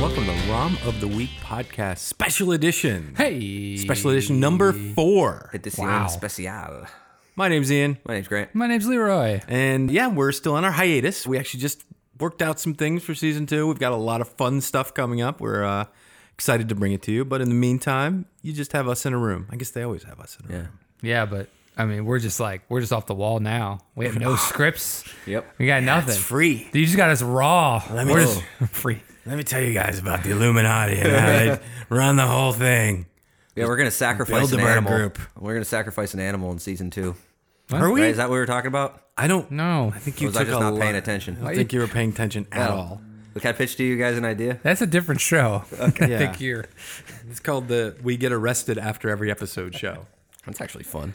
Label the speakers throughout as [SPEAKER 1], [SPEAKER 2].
[SPEAKER 1] Welcome to ROM of the Week podcast, special edition.
[SPEAKER 2] Hey.
[SPEAKER 1] Special edition number four.
[SPEAKER 3] Edition
[SPEAKER 2] Wow.
[SPEAKER 3] special.
[SPEAKER 1] My name's Ian.
[SPEAKER 3] My name's Grant.
[SPEAKER 2] My name's Leroy.
[SPEAKER 1] And yeah, we're still on our hiatus. We actually just worked out some things for season two. We've got a lot of fun stuff coming up. We're uh, excited to bring it to you. But in the meantime, you just have us in a room. I guess they always have us in a room.
[SPEAKER 2] Yeah, but I mean, we're just like we're just off the wall now. We have no scripts.
[SPEAKER 3] Yep.
[SPEAKER 2] We got nothing.
[SPEAKER 1] It's free.
[SPEAKER 2] You just got us raw.
[SPEAKER 1] me know.
[SPEAKER 2] we're just free.
[SPEAKER 1] Let me tell you guys about the Illuminati and how they run the whole thing.
[SPEAKER 3] Yeah, we're gonna sacrifice an
[SPEAKER 1] Bilderberg
[SPEAKER 3] animal.
[SPEAKER 1] group.
[SPEAKER 3] We're gonna sacrifice an animal in season two.
[SPEAKER 1] Are
[SPEAKER 3] Right?
[SPEAKER 1] we?
[SPEAKER 3] Is that what we were talking about?
[SPEAKER 1] I don't know.
[SPEAKER 2] No,
[SPEAKER 1] I think
[SPEAKER 3] Or
[SPEAKER 1] you
[SPEAKER 3] was
[SPEAKER 1] took
[SPEAKER 3] I just
[SPEAKER 1] a
[SPEAKER 3] not
[SPEAKER 1] lot-
[SPEAKER 3] paying attention?
[SPEAKER 1] I don't think you were paying attention at
[SPEAKER 3] Well,
[SPEAKER 1] all.
[SPEAKER 3] Look, I pitched to you guys an idea.
[SPEAKER 2] that's a different show. I
[SPEAKER 1] Yeah.
[SPEAKER 2] think you're.
[SPEAKER 1] It's called the We Get Arrested After Every Episode show.
[SPEAKER 3] That's actually fun.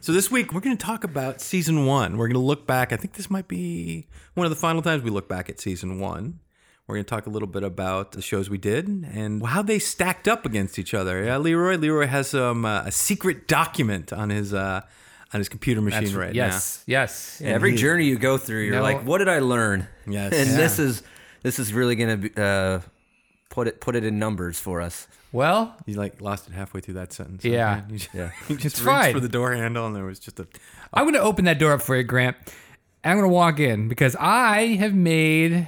[SPEAKER 1] So this week we're going to talk about season one. We're going to look back. I think this might be one of the final times we look back at season one. We're going to talk a little bit about the shows we did and how they stacked up against each other. Yeah, Leroy. Leroy has um, uh, a secret document on his uh, on his computer machine right
[SPEAKER 2] yes, yes.
[SPEAKER 3] Every journey you go through, you're
[SPEAKER 2] No.
[SPEAKER 3] like, what did I learn?
[SPEAKER 1] Yes.
[SPEAKER 3] And
[SPEAKER 1] Yeah.
[SPEAKER 3] this is this is really gonna be, uh, put it put it in numbers for us.
[SPEAKER 2] Well,
[SPEAKER 1] now. You like lost it halfway through that sentence.
[SPEAKER 2] Yeah.
[SPEAKER 1] You just,
[SPEAKER 3] Yeah.
[SPEAKER 1] you just
[SPEAKER 2] It's
[SPEAKER 1] reached
[SPEAKER 2] fine.
[SPEAKER 1] for the door handle and there was just a.
[SPEAKER 2] I'm gonna open that door up for you, Grant. And I'm gonna walk in because I have made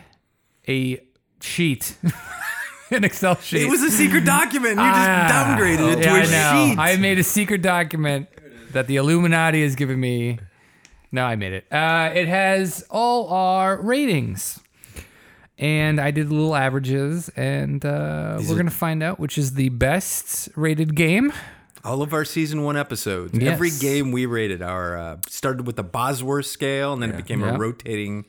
[SPEAKER 2] a sheet, an Excel sheet.
[SPEAKER 1] It was a secret document. You just
[SPEAKER 2] Ah.
[SPEAKER 1] downgraded it to a
[SPEAKER 2] Yeah, I know.
[SPEAKER 1] sheet.
[SPEAKER 2] I made a secret document that the Illuminati has given me. No, I made it. Uh, it has all our ratings. And I did little averages, and uh, we're going to find out which is the best rated game.
[SPEAKER 1] All of our season one episodes, every
[SPEAKER 2] Yes.
[SPEAKER 1] game we rated, our uh, started with the Bosworth scale, and then it became
[SPEAKER 2] Yeah.
[SPEAKER 1] a rotating,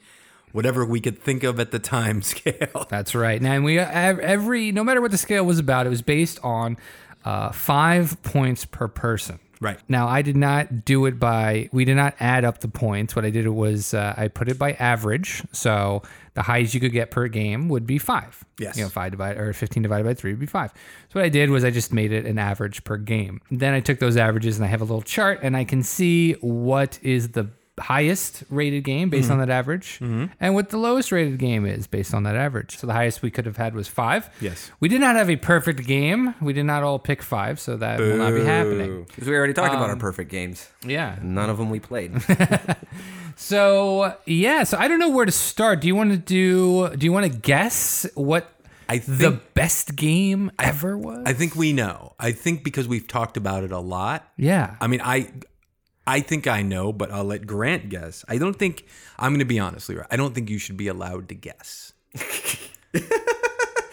[SPEAKER 1] whatever we could think of at the time scale.
[SPEAKER 2] That's right. Now, and we uh, ev- every no matter what the scale was about, it was based on uh, five points per person.
[SPEAKER 1] Right.
[SPEAKER 2] Now, I did not do it by we did not add up the points. What I did was uh, I put it by average. So the highest you could get per game would be five.
[SPEAKER 1] Yes.
[SPEAKER 2] You know, five divided or fifteen divided by three would be five. So what I did was I just made it an average per game. Then I took those averages and I have a little chart and I can see what is the highest rated game
[SPEAKER 1] Mm-hmm.
[SPEAKER 2] based on that average and what the lowest rated game is based on that average. So the highest we could have had was five.
[SPEAKER 1] Yes.
[SPEAKER 2] We did not have a perfect game. We did not all pick five, so that will not be happening.
[SPEAKER 3] Because we already talked about our
[SPEAKER 1] Um,
[SPEAKER 3] perfect games.
[SPEAKER 2] Yeah.
[SPEAKER 3] None of them we played.
[SPEAKER 2] So yeah, so I don't know where to start. Do you want to do? Do you want to guess what
[SPEAKER 1] I
[SPEAKER 2] the
[SPEAKER 1] think
[SPEAKER 2] best game ever was?
[SPEAKER 1] I think we know. I think because we've talked about it a lot.
[SPEAKER 2] yeah,
[SPEAKER 1] I mean, I I think I know, but I'll let Grant guess. I don't think I'm going to be honest, Leroy. I don't think you should be allowed to guess.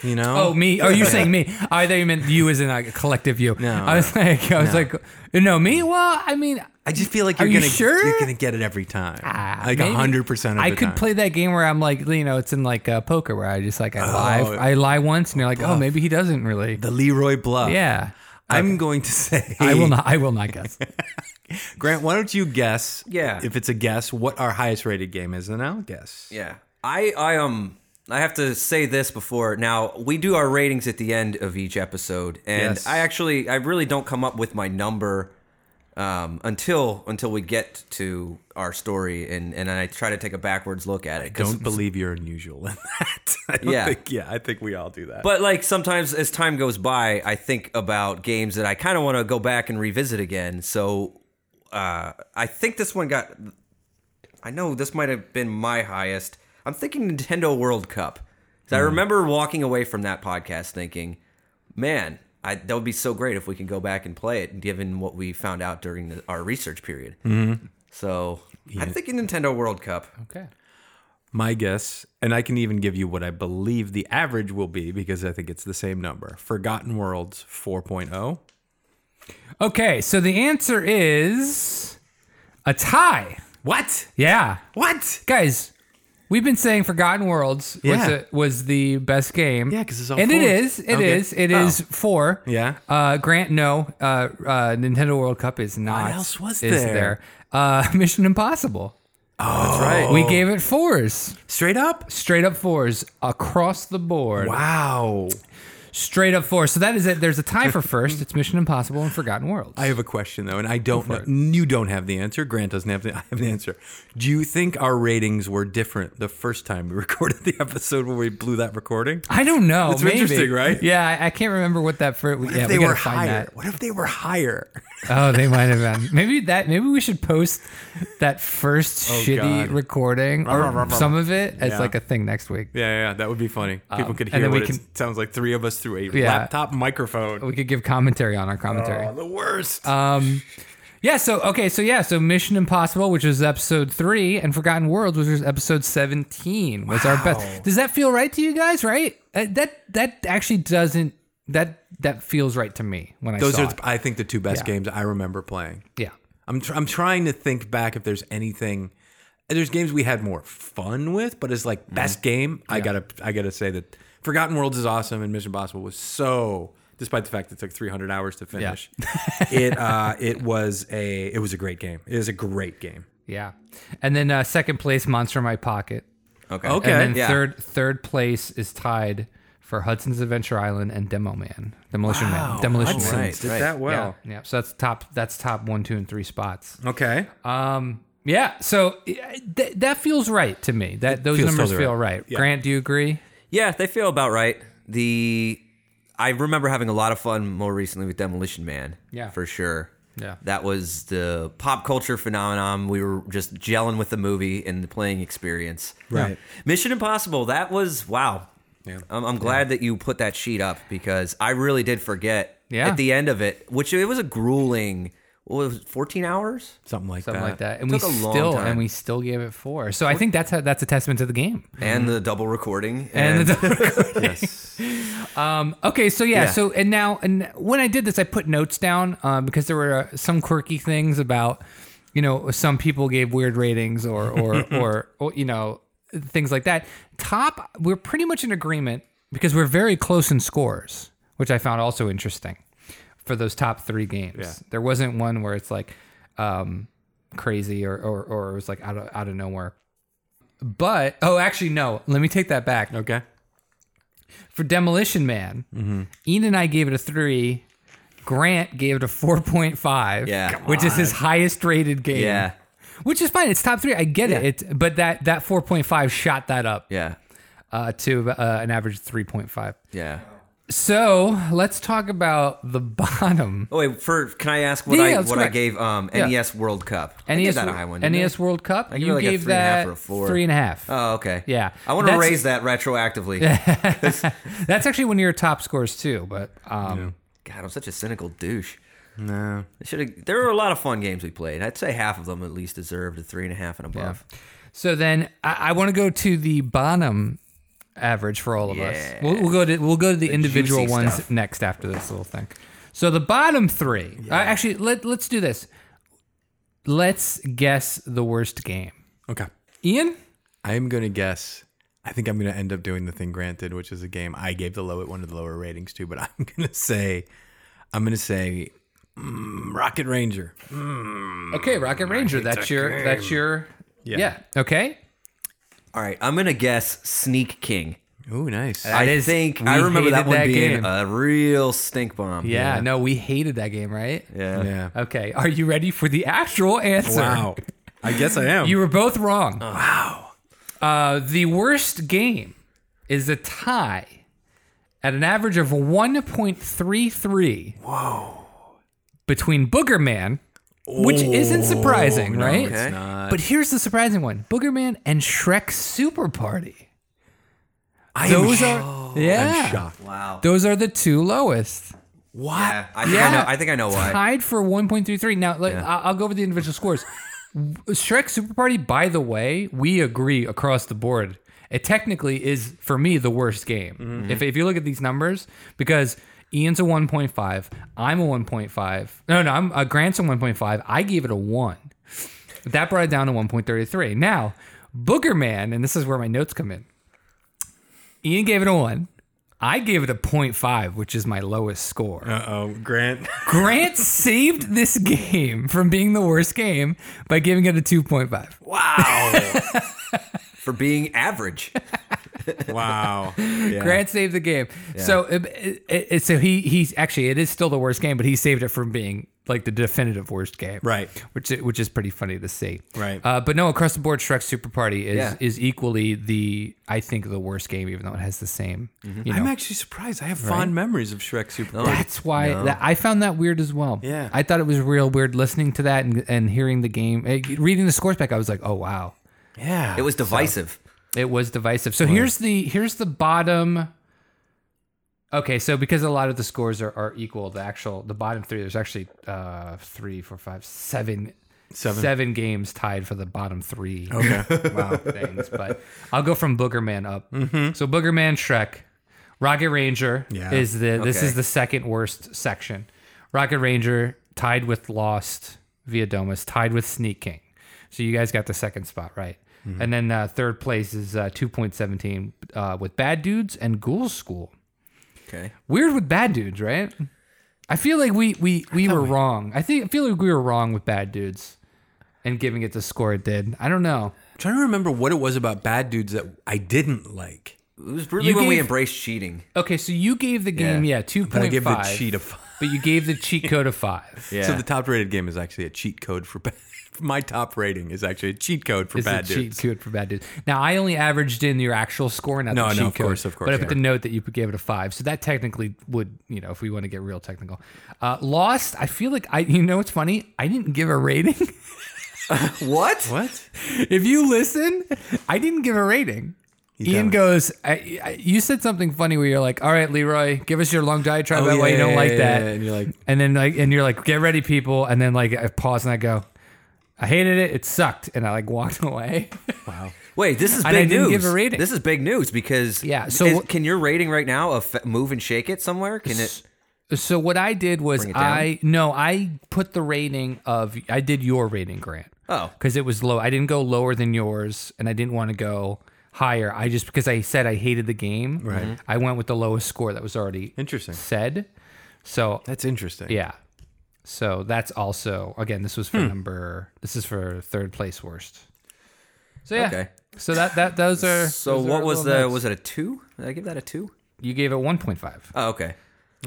[SPEAKER 1] you know?
[SPEAKER 2] Oh, me? Oh, you're saying me? I thought you meant you as in like, a collective you.
[SPEAKER 1] No,
[SPEAKER 2] I was like, I was like, no, me? Well, I mean,
[SPEAKER 1] I just feel like
[SPEAKER 2] Are
[SPEAKER 1] you're
[SPEAKER 2] you
[SPEAKER 1] gonna
[SPEAKER 2] sure?
[SPEAKER 1] you're gonna get it every time,
[SPEAKER 2] ah,
[SPEAKER 1] like
[SPEAKER 2] maybe.
[SPEAKER 1] hundred percent.
[SPEAKER 2] I could play that game where I'm like, you know, it's in like uh, poker where I just like I lie, I lie once, and you're like, oh, maybe he doesn't really.
[SPEAKER 1] Oh, the Leroy Bluff.
[SPEAKER 2] Yeah,
[SPEAKER 1] I'm going to say
[SPEAKER 2] I will not. I will not guess.
[SPEAKER 1] Grant, why don't you guess?
[SPEAKER 3] Yeah.
[SPEAKER 1] If it's a guess, what our highest rated game is, and I'll guess.
[SPEAKER 3] Yeah. I I um I have to say this before. Now, we do our ratings at the end of each episode and
[SPEAKER 1] Yes.
[SPEAKER 3] I actually I really don't come up with my number um, until until we get to our story and and I try to take a backwards look at it 'cause
[SPEAKER 1] Don't believe you're unusual in that. I don't
[SPEAKER 3] Yeah.
[SPEAKER 1] Think, yeah. I think we all do that.
[SPEAKER 3] But like sometimes as time goes by, I think about games that I kind of want to go back and revisit again. So uh, I think this one got. I know this might have been my highest. I'm thinking Nintendo World Cup. 'Cause I remember walking away from that podcast thinking, man, I, that would be so great if we can go back and play it, given what we found out during the, our research period. So I'm thinking Nintendo World Cup.
[SPEAKER 2] okay.
[SPEAKER 1] my guess, and I can even give you what I believe the average will be because I think it's the same number. Forgotten Worlds oh. 4.0.
[SPEAKER 2] Okay, so the answer is a tie.
[SPEAKER 1] What?
[SPEAKER 2] Yeah.
[SPEAKER 1] What?
[SPEAKER 2] Guys, we've been saying Forgotten Worlds was,
[SPEAKER 1] Yeah.
[SPEAKER 2] a, was the best game.
[SPEAKER 1] Yeah, 'cause it's all
[SPEAKER 2] And it
[SPEAKER 1] four.
[SPEAKER 2] is. It
[SPEAKER 1] Okay. Oh.
[SPEAKER 2] is. It is four.
[SPEAKER 1] Yeah.
[SPEAKER 2] Uh, Grant, no. Uh, uh, Nintendo World Cup is not.
[SPEAKER 1] else was
[SPEAKER 2] is
[SPEAKER 1] there?
[SPEAKER 2] Uh, Mission Impossible.
[SPEAKER 3] That's right.
[SPEAKER 1] Oh.
[SPEAKER 2] We gave it fours,
[SPEAKER 1] Straight up?
[SPEAKER 2] straight up fours across the board.
[SPEAKER 1] Wow.
[SPEAKER 2] Straight up four. So that is it. There's a tie for first. It's Mission Impossible and Forgotten Worlds.
[SPEAKER 1] I have a question though, and I don't know. You don't have the answer. Grant doesn't have the. I have the answer. Do you think our ratings were different the first time we recorded the episode where we blew that recording?
[SPEAKER 2] I don't know.
[SPEAKER 1] It's
[SPEAKER 2] maybe.
[SPEAKER 1] interesting, right?
[SPEAKER 2] Yeah, I, I can't remember what that first. Yeah,
[SPEAKER 1] if they
[SPEAKER 2] we gotta
[SPEAKER 1] were
[SPEAKER 2] find
[SPEAKER 1] higher.
[SPEAKER 2] that.
[SPEAKER 1] What if they were higher?
[SPEAKER 2] Oh, they might have been. Maybe that. Maybe we should post that first shitty
[SPEAKER 1] Oh, God.
[SPEAKER 2] recording or some of it as
[SPEAKER 1] Yeah.
[SPEAKER 2] like a thing next week.
[SPEAKER 1] yeah, yeah, that would be funny. People could
[SPEAKER 2] Um, and
[SPEAKER 1] hear
[SPEAKER 2] then
[SPEAKER 1] what
[SPEAKER 2] we
[SPEAKER 1] it sounds like. Three of us through a
[SPEAKER 2] Yeah.
[SPEAKER 1] laptop microphone.
[SPEAKER 2] We could give commentary on our commentary.
[SPEAKER 1] Oh, the worst.
[SPEAKER 2] Um, yeah. So okay. So yeah. So Mission Impossible, which was episode three, and Forgotten Worlds, which was episode seventeen, was our best. Does that feel right to you guys? Right? Uh, That that actually doesn't. That that feels right to me when I
[SPEAKER 1] Those
[SPEAKER 2] saw
[SPEAKER 1] are,
[SPEAKER 2] it.
[SPEAKER 1] I think, the two best games I remember playing.
[SPEAKER 2] Yeah.
[SPEAKER 1] I'm tr- I'm trying to think back if there's anything. There's games we had more fun with, but it's like best
[SPEAKER 2] Mm-hmm.
[SPEAKER 1] game. I gotta I gotta say that Forgotten Worlds is awesome, and Mission Impossible was so. Despite the fact that it took 300 hours to finish, it uh, it was a it was a great game. It is a great game.
[SPEAKER 2] Yeah. And then uh, second place, Monster in My Pocket.
[SPEAKER 3] Okay.
[SPEAKER 1] Okay.
[SPEAKER 2] And then
[SPEAKER 3] Yeah.
[SPEAKER 2] third third place is tied for Hudson's Adventure Island and Demo Man, Demolition Man, Demolition
[SPEAKER 1] Hudson's
[SPEAKER 2] Man.
[SPEAKER 3] Right,
[SPEAKER 1] did
[SPEAKER 3] right.
[SPEAKER 1] that
[SPEAKER 2] Yeah,
[SPEAKER 1] well.
[SPEAKER 2] yeah. So that's top. That's top one, two, and three spots.
[SPEAKER 1] Okay,
[SPEAKER 2] Uh, Yeah. So yeah, th- that feels right to me. That those
[SPEAKER 1] feels
[SPEAKER 2] numbers
[SPEAKER 1] totally
[SPEAKER 2] feel
[SPEAKER 1] right.
[SPEAKER 2] right. Grant, do you agree?
[SPEAKER 3] Yeah, they feel about right. The I remember having a lot of fun more recently with Demolition Man.
[SPEAKER 2] Yeah.
[SPEAKER 3] for sure.
[SPEAKER 2] Yeah.
[SPEAKER 3] that was the pop culture phenomenon. We were just gelling with the movie and the playing experience.
[SPEAKER 1] Right.
[SPEAKER 3] Mission Impossible. That was wow. Yeah. I'm, I'm glad that you put that sheet up because I really did forget
[SPEAKER 2] Yeah.
[SPEAKER 3] at the end of it, which it was a grueling. What was it, 14 hours?
[SPEAKER 1] something like
[SPEAKER 2] Something
[SPEAKER 1] that.
[SPEAKER 2] like that. And
[SPEAKER 3] Uh, Took
[SPEAKER 2] we
[SPEAKER 3] a long
[SPEAKER 2] still
[SPEAKER 3] time.
[SPEAKER 2] and we still gave it four. So I think that's how, that's a testament to the game.
[SPEAKER 3] And the double recording.
[SPEAKER 2] Mm-hmm. And the Um,
[SPEAKER 1] Yes.
[SPEAKER 2] Okay, so yeah,
[SPEAKER 3] Yeah.
[SPEAKER 2] so and now and when I did this, I put notes down uh, because there were uh, some quirky things about, you know, some people gave weird ratings or or or, or you know things like that. Top, we're pretty much in agreement because we're very close in scores, which I found also interesting for those top three games. There wasn't one where it's like um, crazy or, or or it was like out of out of nowhere. But oh, actually, no. Let me take that back
[SPEAKER 1] okay.
[SPEAKER 2] for Demolition Man,
[SPEAKER 3] Mm-hmm.
[SPEAKER 2] Ian and I gave it a three. Grant gave it a 4.5,
[SPEAKER 3] Yeah. Come
[SPEAKER 2] which is his highest rated game.
[SPEAKER 3] Yeah.
[SPEAKER 2] Which is fine. It's top three. I get it. It's, but that, that 4.5 shot that up
[SPEAKER 3] yeah.
[SPEAKER 2] uh, to uh, an average of 3.5.
[SPEAKER 3] Yeah.
[SPEAKER 2] So let's talk about the bottom.
[SPEAKER 3] Oh wait, for can I ask what
[SPEAKER 2] Yeah,
[SPEAKER 3] I
[SPEAKER 2] yeah,
[SPEAKER 3] what
[SPEAKER 2] that's
[SPEAKER 3] I
[SPEAKER 2] correct.
[SPEAKER 3] gave um,
[SPEAKER 2] Yeah. E
[SPEAKER 3] NES World Cup? I gave
[SPEAKER 2] NES,
[SPEAKER 3] that a high one. didn't I?
[SPEAKER 2] NES World Cup,
[SPEAKER 3] I give
[SPEAKER 2] you
[SPEAKER 3] it like a
[SPEAKER 2] gave
[SPEAKER 3] three and a half
[SPEAKER 2] that
[SPEAKER 3] or a four.
[SPEAKER 2] three and a half.
[SPEAKER 3] Oh, okay.
[SPEAKER 2] Yeah.
[SPEAKER 3] I want to
[SPEAKER 2] That's-
[SPEAKER 3] raise that retroactively.
[SPEAKER 2] That's actually one of your top scores, too. But um,
[SPEAKER 3] God, I'm such a cynical douche.
[SPEAKER 1] No.
[SPEAKER 3] Should have. There were a lot of fun games we played. I'd say half of them at least deserved a three and a half and above.
[SPEAKER 2] So then I, I want to go to the bottom average for all of us.
[SPEAKER 3] Yeah.
[SPEAKER 2] We'll, we'll go to we'll go to the, individual
[SPEAKER 3] juicy
[SPEAKER 2] ones
[SPEAKER 3] stuff.
[SPEAKER 2] next after this little thing. So the bottom three. Uh, actually, let let's do this. Let's guess the worst game.
[SPEAKER 1] Okay.
[SPEAKER 2] Ian,
[SPEAKER 1] I'm gonna guess. I think I'm gonna end up doing the thing Grant did, which is a game I gave the low one of the lower ratings to. But I'm gonna say, I'm gonna say, mm, Rocket Ranger.
[SPEAKER 2] okay, Rocket Ranger. That's your that's your yeah. Okay,
[SPEAKER 3] All right, I'm gonna guess Sneak King.
[SPEAKER 1] Ooh, nice.
[SPEAKER 3] I
[SPEAKER 2] is-
[SPEAKER 3] think
[SPEAKER 2] we
[SPEAKER 3] I remember that
[SPEAKER 2] hated
[SPEAKER 3] one
[SPEAKER 2] that
[SPEAKER 3] being
[SPEAKER 2] game.
[SPEAKER 3] a real stink bomb.
[SPEAKER 2] yeah, No, we hated that game, right?
[SPEAKER 3] Yeah.
[SPEAKER 1] yeah.
[SPEAKER 2] Okay, are you ready for the actual answer?
[SPEAKER 1] Wow. I guess I am.
[SPEAKER 2] You were both wrong. Wow. Uh, the worst game is a tie at an average of 1.33. Whoa. Between Booger Man, which isn't surprising, right?
[SPEAKER 3] it's
[SPEAKER 1] not.
[SPEAKER 2] But here's the surprising one Booger Man and Shrek Super Party.
[SPEAKER 1] I
[SPEAKER 2] Those
[SPEAKER 1] am
[SPEAKER 2] are, yeah.
[SPEAKER 1] I'm shocked.
[SPEAKER 3] Wow.
[SPEAKER 2] Those are the two lowest.
[SPEAKER 1] What?
[SPEAKER 3] Yeah, I think I know. I think I know why.
[SPEAKER 2] Tied for 1.33. Now, like, I- I'll go over the individual scores. Shrek Super Party, by the way, we agree across the board. It technically is, for me, the worst game.
[SPEAKER 3] Mm-hmm.
[SPEAKER 2] If, if you look at these numbers, because Ian's a 1.5, I'm a 1.5. No, no, I'm uh, Grant's a 1.5. I gave it a 1. That brought it down to 1.33. Now, Booger Man, and this is where my notes come in. Ian gave it a 1. I gave it a 0.5, which is my lowest score.
[SPEAKER 1] Uh oh, Grant.
[SPEAKER 2] Grant saved this game from being the worst game by giving it a 2.5.
[SPEAKER 3] Wow. For being average.
[SPEAKER 1] Wow. Yeah.
[SPEAKER 2] Grant saved the game. So it, it, it, so he he's actually it is still the worst game, but he saved it from being like the definitive worst game.
[SPEAKER 1] Right.
[SPEAKER 2] Which i- which is pretty funny to see.
[SPEAKER 1] Right.
[SPEAKER 2] Uh, but no, across the board, Shrek Super Party is
[SPEAKER 3] Yeah.
[SPEAKER 2] is equally the I think the worst game, even though it has the same. You know,
[SPEAKER 1] I'm actually surprised. I have fond memories of Shrek Super. Bowl.
[SPEAKER 2] that's why that, I found that weird as well.
[SPEAKER 1] Yeah.
[SPEAKER 2] I thought it was real weird listening to that and, and hearing the game, eh, reading the scores back. I was like, oh wow,
[SPEAKER 1] Yeah.
[SPEAKER 3] It was divisive.
[SPEAKER 2] it was divisive. So here's the here's the bottom. Okay, so because a lot of the scores are, are equal, the actual the bottom three there's actually uh three, four, five, seven,
[SPEAKER 1] Seven.
[SPEAKER 2] seven games tied for the bottom three
[SPEAKER 1] Okay.
[SPEAKER 2] wow things. But I'll go from Boogerman up. So Boogerman Shrek, Rocket Ranger
[SPEAKER 1] Yeah.
[SPEAKER 2] is the this
[SPEAKER 3] Okay.
[SPEAKER 2] is the second worst section. Rocket Ranger tied with Lost via Domus, tied with Sneak King. So you guys got the second spot right. And then uh, third place is uh, 2.17 uh, with Bad Dudes and Ghoul School.
[SPEAKER 3] Okay.
[SPEAKER 2] Weird with Bad Dudes, right? I feel like we we, we were wrong. I think I feel like we were wrong with Bad Dudes and giving it the score it did. I don't know.
[SPEAKER 1] I'm trying to remember what it was about bad dudes that I didn't like.
[SPEAKER 3] It was really
[SPEAKER 2] You
[SPEAKER 3] when we
[SPEAKER 2] gave-
[SPEAKER 3] embraced cheating.
[SPEAKER 2] Okay, so you gave the game, yeah, two
[SPEAKER 1] But I
[SPEAKER 2] point
[SPEAKER 1] give the
[SPEAKER 2] five.
[SPEAKER 1] cheat a five.
[SPEAKER 2] But you gave the cheat code a five.
[SPEAKER 3] Yeah.
[SPEAKER 1] So the top rated game is actually a cheat code for bad. My top rating is actually a cheat code for
[SPEAKER 2] It's
[SPEAKER 1] bad
[SPEAKER 2] a cheat
[SPEAKER 1] dudes.
[SPEAKER 2] code for bad dudes. Now I only averaged in your actual score, not
[SPEAKER 1] No,
[SPEAKER 2] the
[SPEAKER 1] no,
[SPEAKER 2] cheat
[SPEAKER 1] of
[SPEAKER 2] code.
[SPEAKER 1] course, of course,
[SPEAKER 2] But I put
[SPEAKER 1] yeah.
[SPEAKER 2] the note that you gave it a five, so that technically would, you know, if we want to get real technical. Uh, Lost, I feel like I, you know, what's funny? I didn't give a rating.
[SPEAKER 3] What?
[SPEAKER 1] What?
[SPEAKER 2] if you listen, I didn't give a rating. Ian
[SPEAKER 1] haven't.
[SPEAKER 2] goes, I, I, you said something funny where you're like, all right, Leroy, give us your long diatribe
[SPEAKER 1] Oh,
[SPEAKER 2] about why you don't like that.
[SPEAKER 1] And you're like,
[SPEAKER 2] and then like and you're like get ready people and then like i pause and i go i hated it it sucked and i like walked away
[SPEAKER 1] wow.
[SPEAKER 3] Wait, this is big
[SPEAKER 2] And I didn't
[SPEAKER 3] news.
[SPEAKER 2] give a rating.
[SPEAKER 3] This is big news because
[SPEAKER 2] Yeah, so
[SPEAKER 3] is-
[SPEAKER 2] what-
[SPEAKER 3] can your rating right now of move and shake it somewhere? Can it?
[SPEAKER 2] so what i did was
[SPEAKER 3] Bring it down?
[SPEAKER 2] i no i put the rating of i did your rating grant
[SPEAKER 3] Oh.
[SPEAKER 2] because it was low i didn't go lower than yours and i didn't want to go higher i just because i said i hated the game right i went with the lowest score that was already
[SPEAKER 1] Interesting.
[SPEAKER 2] said so
[SPEAKER 1] That's interesting.
[SPEAKER 2] yeah so that's also again this was for
[SPEAKER 3] Hmm.
[SPEAKER 2] number this is for third place worst so yeah
[SPEAKER 3] Okay.
[SPEAKER 2] So that that those are.
[SPEAKER 3] So
[SPEAKER 2] those are
[SPEAKER 3] what
[SPEAKER 2] our
[SPEAKER 3] was
[SPEAKER 2] little
[SPEAKER 3] the?
[SPEAKER 2] notes.
[SPEAKER 3] Was it a two? Did I give that a two?
[SPEAKER 2] you gave it one point five?
[SPEAKER 3] Oh, okay.